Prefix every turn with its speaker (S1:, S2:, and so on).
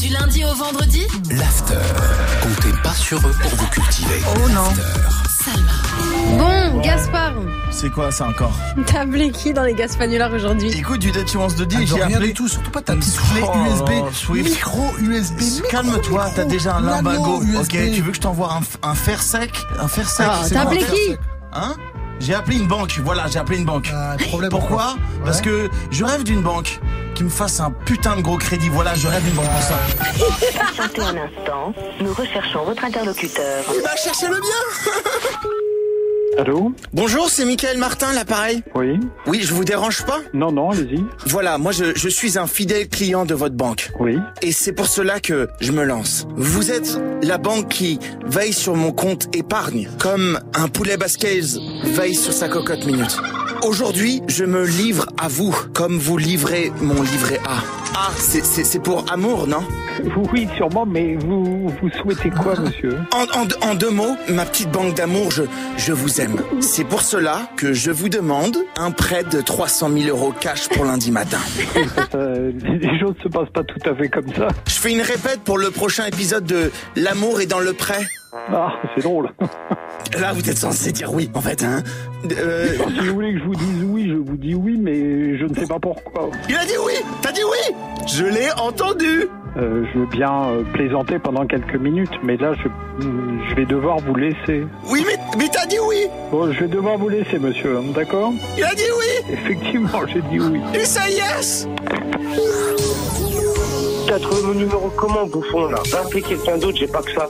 S1: Du lundi au vendredi
S2: L'after. Comptez pas sur eux pour vous cultiver.
S3: Oh non.
S1: Salma.
S4: Bon, Gaspard,
S5: C'est quoi ça encore
S4: t'as appelé qui dans les Gaspanulars aujourd'hui
S5: Écoute, du Dutch Once de
S2: Ah,
S5: 10,
S2: de
S5: j'ai
S2: rien du
S5: appelé.
S2: tout, surtout pas ta petite
S5: Soufflet
S2: Oh,
S5: USB,
S2: Swift.
S5: micro USB.
S2: micro,
S5: Calme-toi,
S2: micro,
S5: t'as déjà un
S2: nano
S5: lumbago. Ok,
S2: USB.
S5: tu veux que je t'envoie un, f- un fer sec Un fer sec
S4: Ah,
S5: c'est
S4: t'as
S5: quoi
S4: appelé
S5: un fer
S4: qui
S5: sec Hein J'ai appelé une banque, voilà, j'ai appelé une banque.
S2: Ah, problème,
S5: Pourquoi Parce que je rêve d'une banque qui me fasse un putain de gros crédit. Voilà, je rêve d'une banque pour ça.
S6: Patientez un instant, nous recherchons votre interlocuteur.
S5: Il va chercher le bien
S7: Allô
S5: Bonjour, c'est Michael Martin, l'appareil.
S7: Oui
S5: Oui, je vous dérange pas
S7: Non, non, allez-y.
S5: Voilà, moi je, je suis un fidèle client de votre banque.
S7: Oui.
S5: Et c'est pour cela que je me lance. Vous êtes la banque qui veille sur mon compte épargne, comme un poulet basquez veille sur sa cocotte minute. Aujourd'hui, je me livre à vous, comme vous livrez mon livret A. Ah, c'est- c'est c'est pour amour, non
S7: Vous- Oui, sûrement, mais vous, vous souhaitez quoi, monsieur
S5: En, en deux- en deux mots, ma petite banque d'amour, je, je vous aime. C'est pour cela que je vous demande un prêt de 300 000 euros cash pour lundi matin.
S7: Ça, ça, Les choses ne se passent pas tout à fait comme ça.
S5: Je fais une répète pour le prochain épisode de L'amour est dans le prêt.
S7: Ah, c'est drôle.
S5: Là, vous êtes censé dire oui, en fait, hein. Euh,
S7: Si vous voulez que je vous dise oui, je vous dis oui, mais je ne sais pas pourquoi.
S5: il a dit oui T'as dit oui Je l'ai entendu
S7: Euh, je veux bien euh, plaisanter pendant quelques minutes, mais là, je, mm, je vais devoir vous laisser.
S5: Oui, mais, mais t'as dit oui
S7: Bon, je vais devoir vous laisser, monsieur, hein, d'accord
S5: Il a dit oui
S7: Effectivement, j'ai dit oui.
S5: Et ça, yes
S8: T'as trouvé mon numéro comment, bouffon, là Va appeler quelqu'un d'autre, j'ai pas que ça.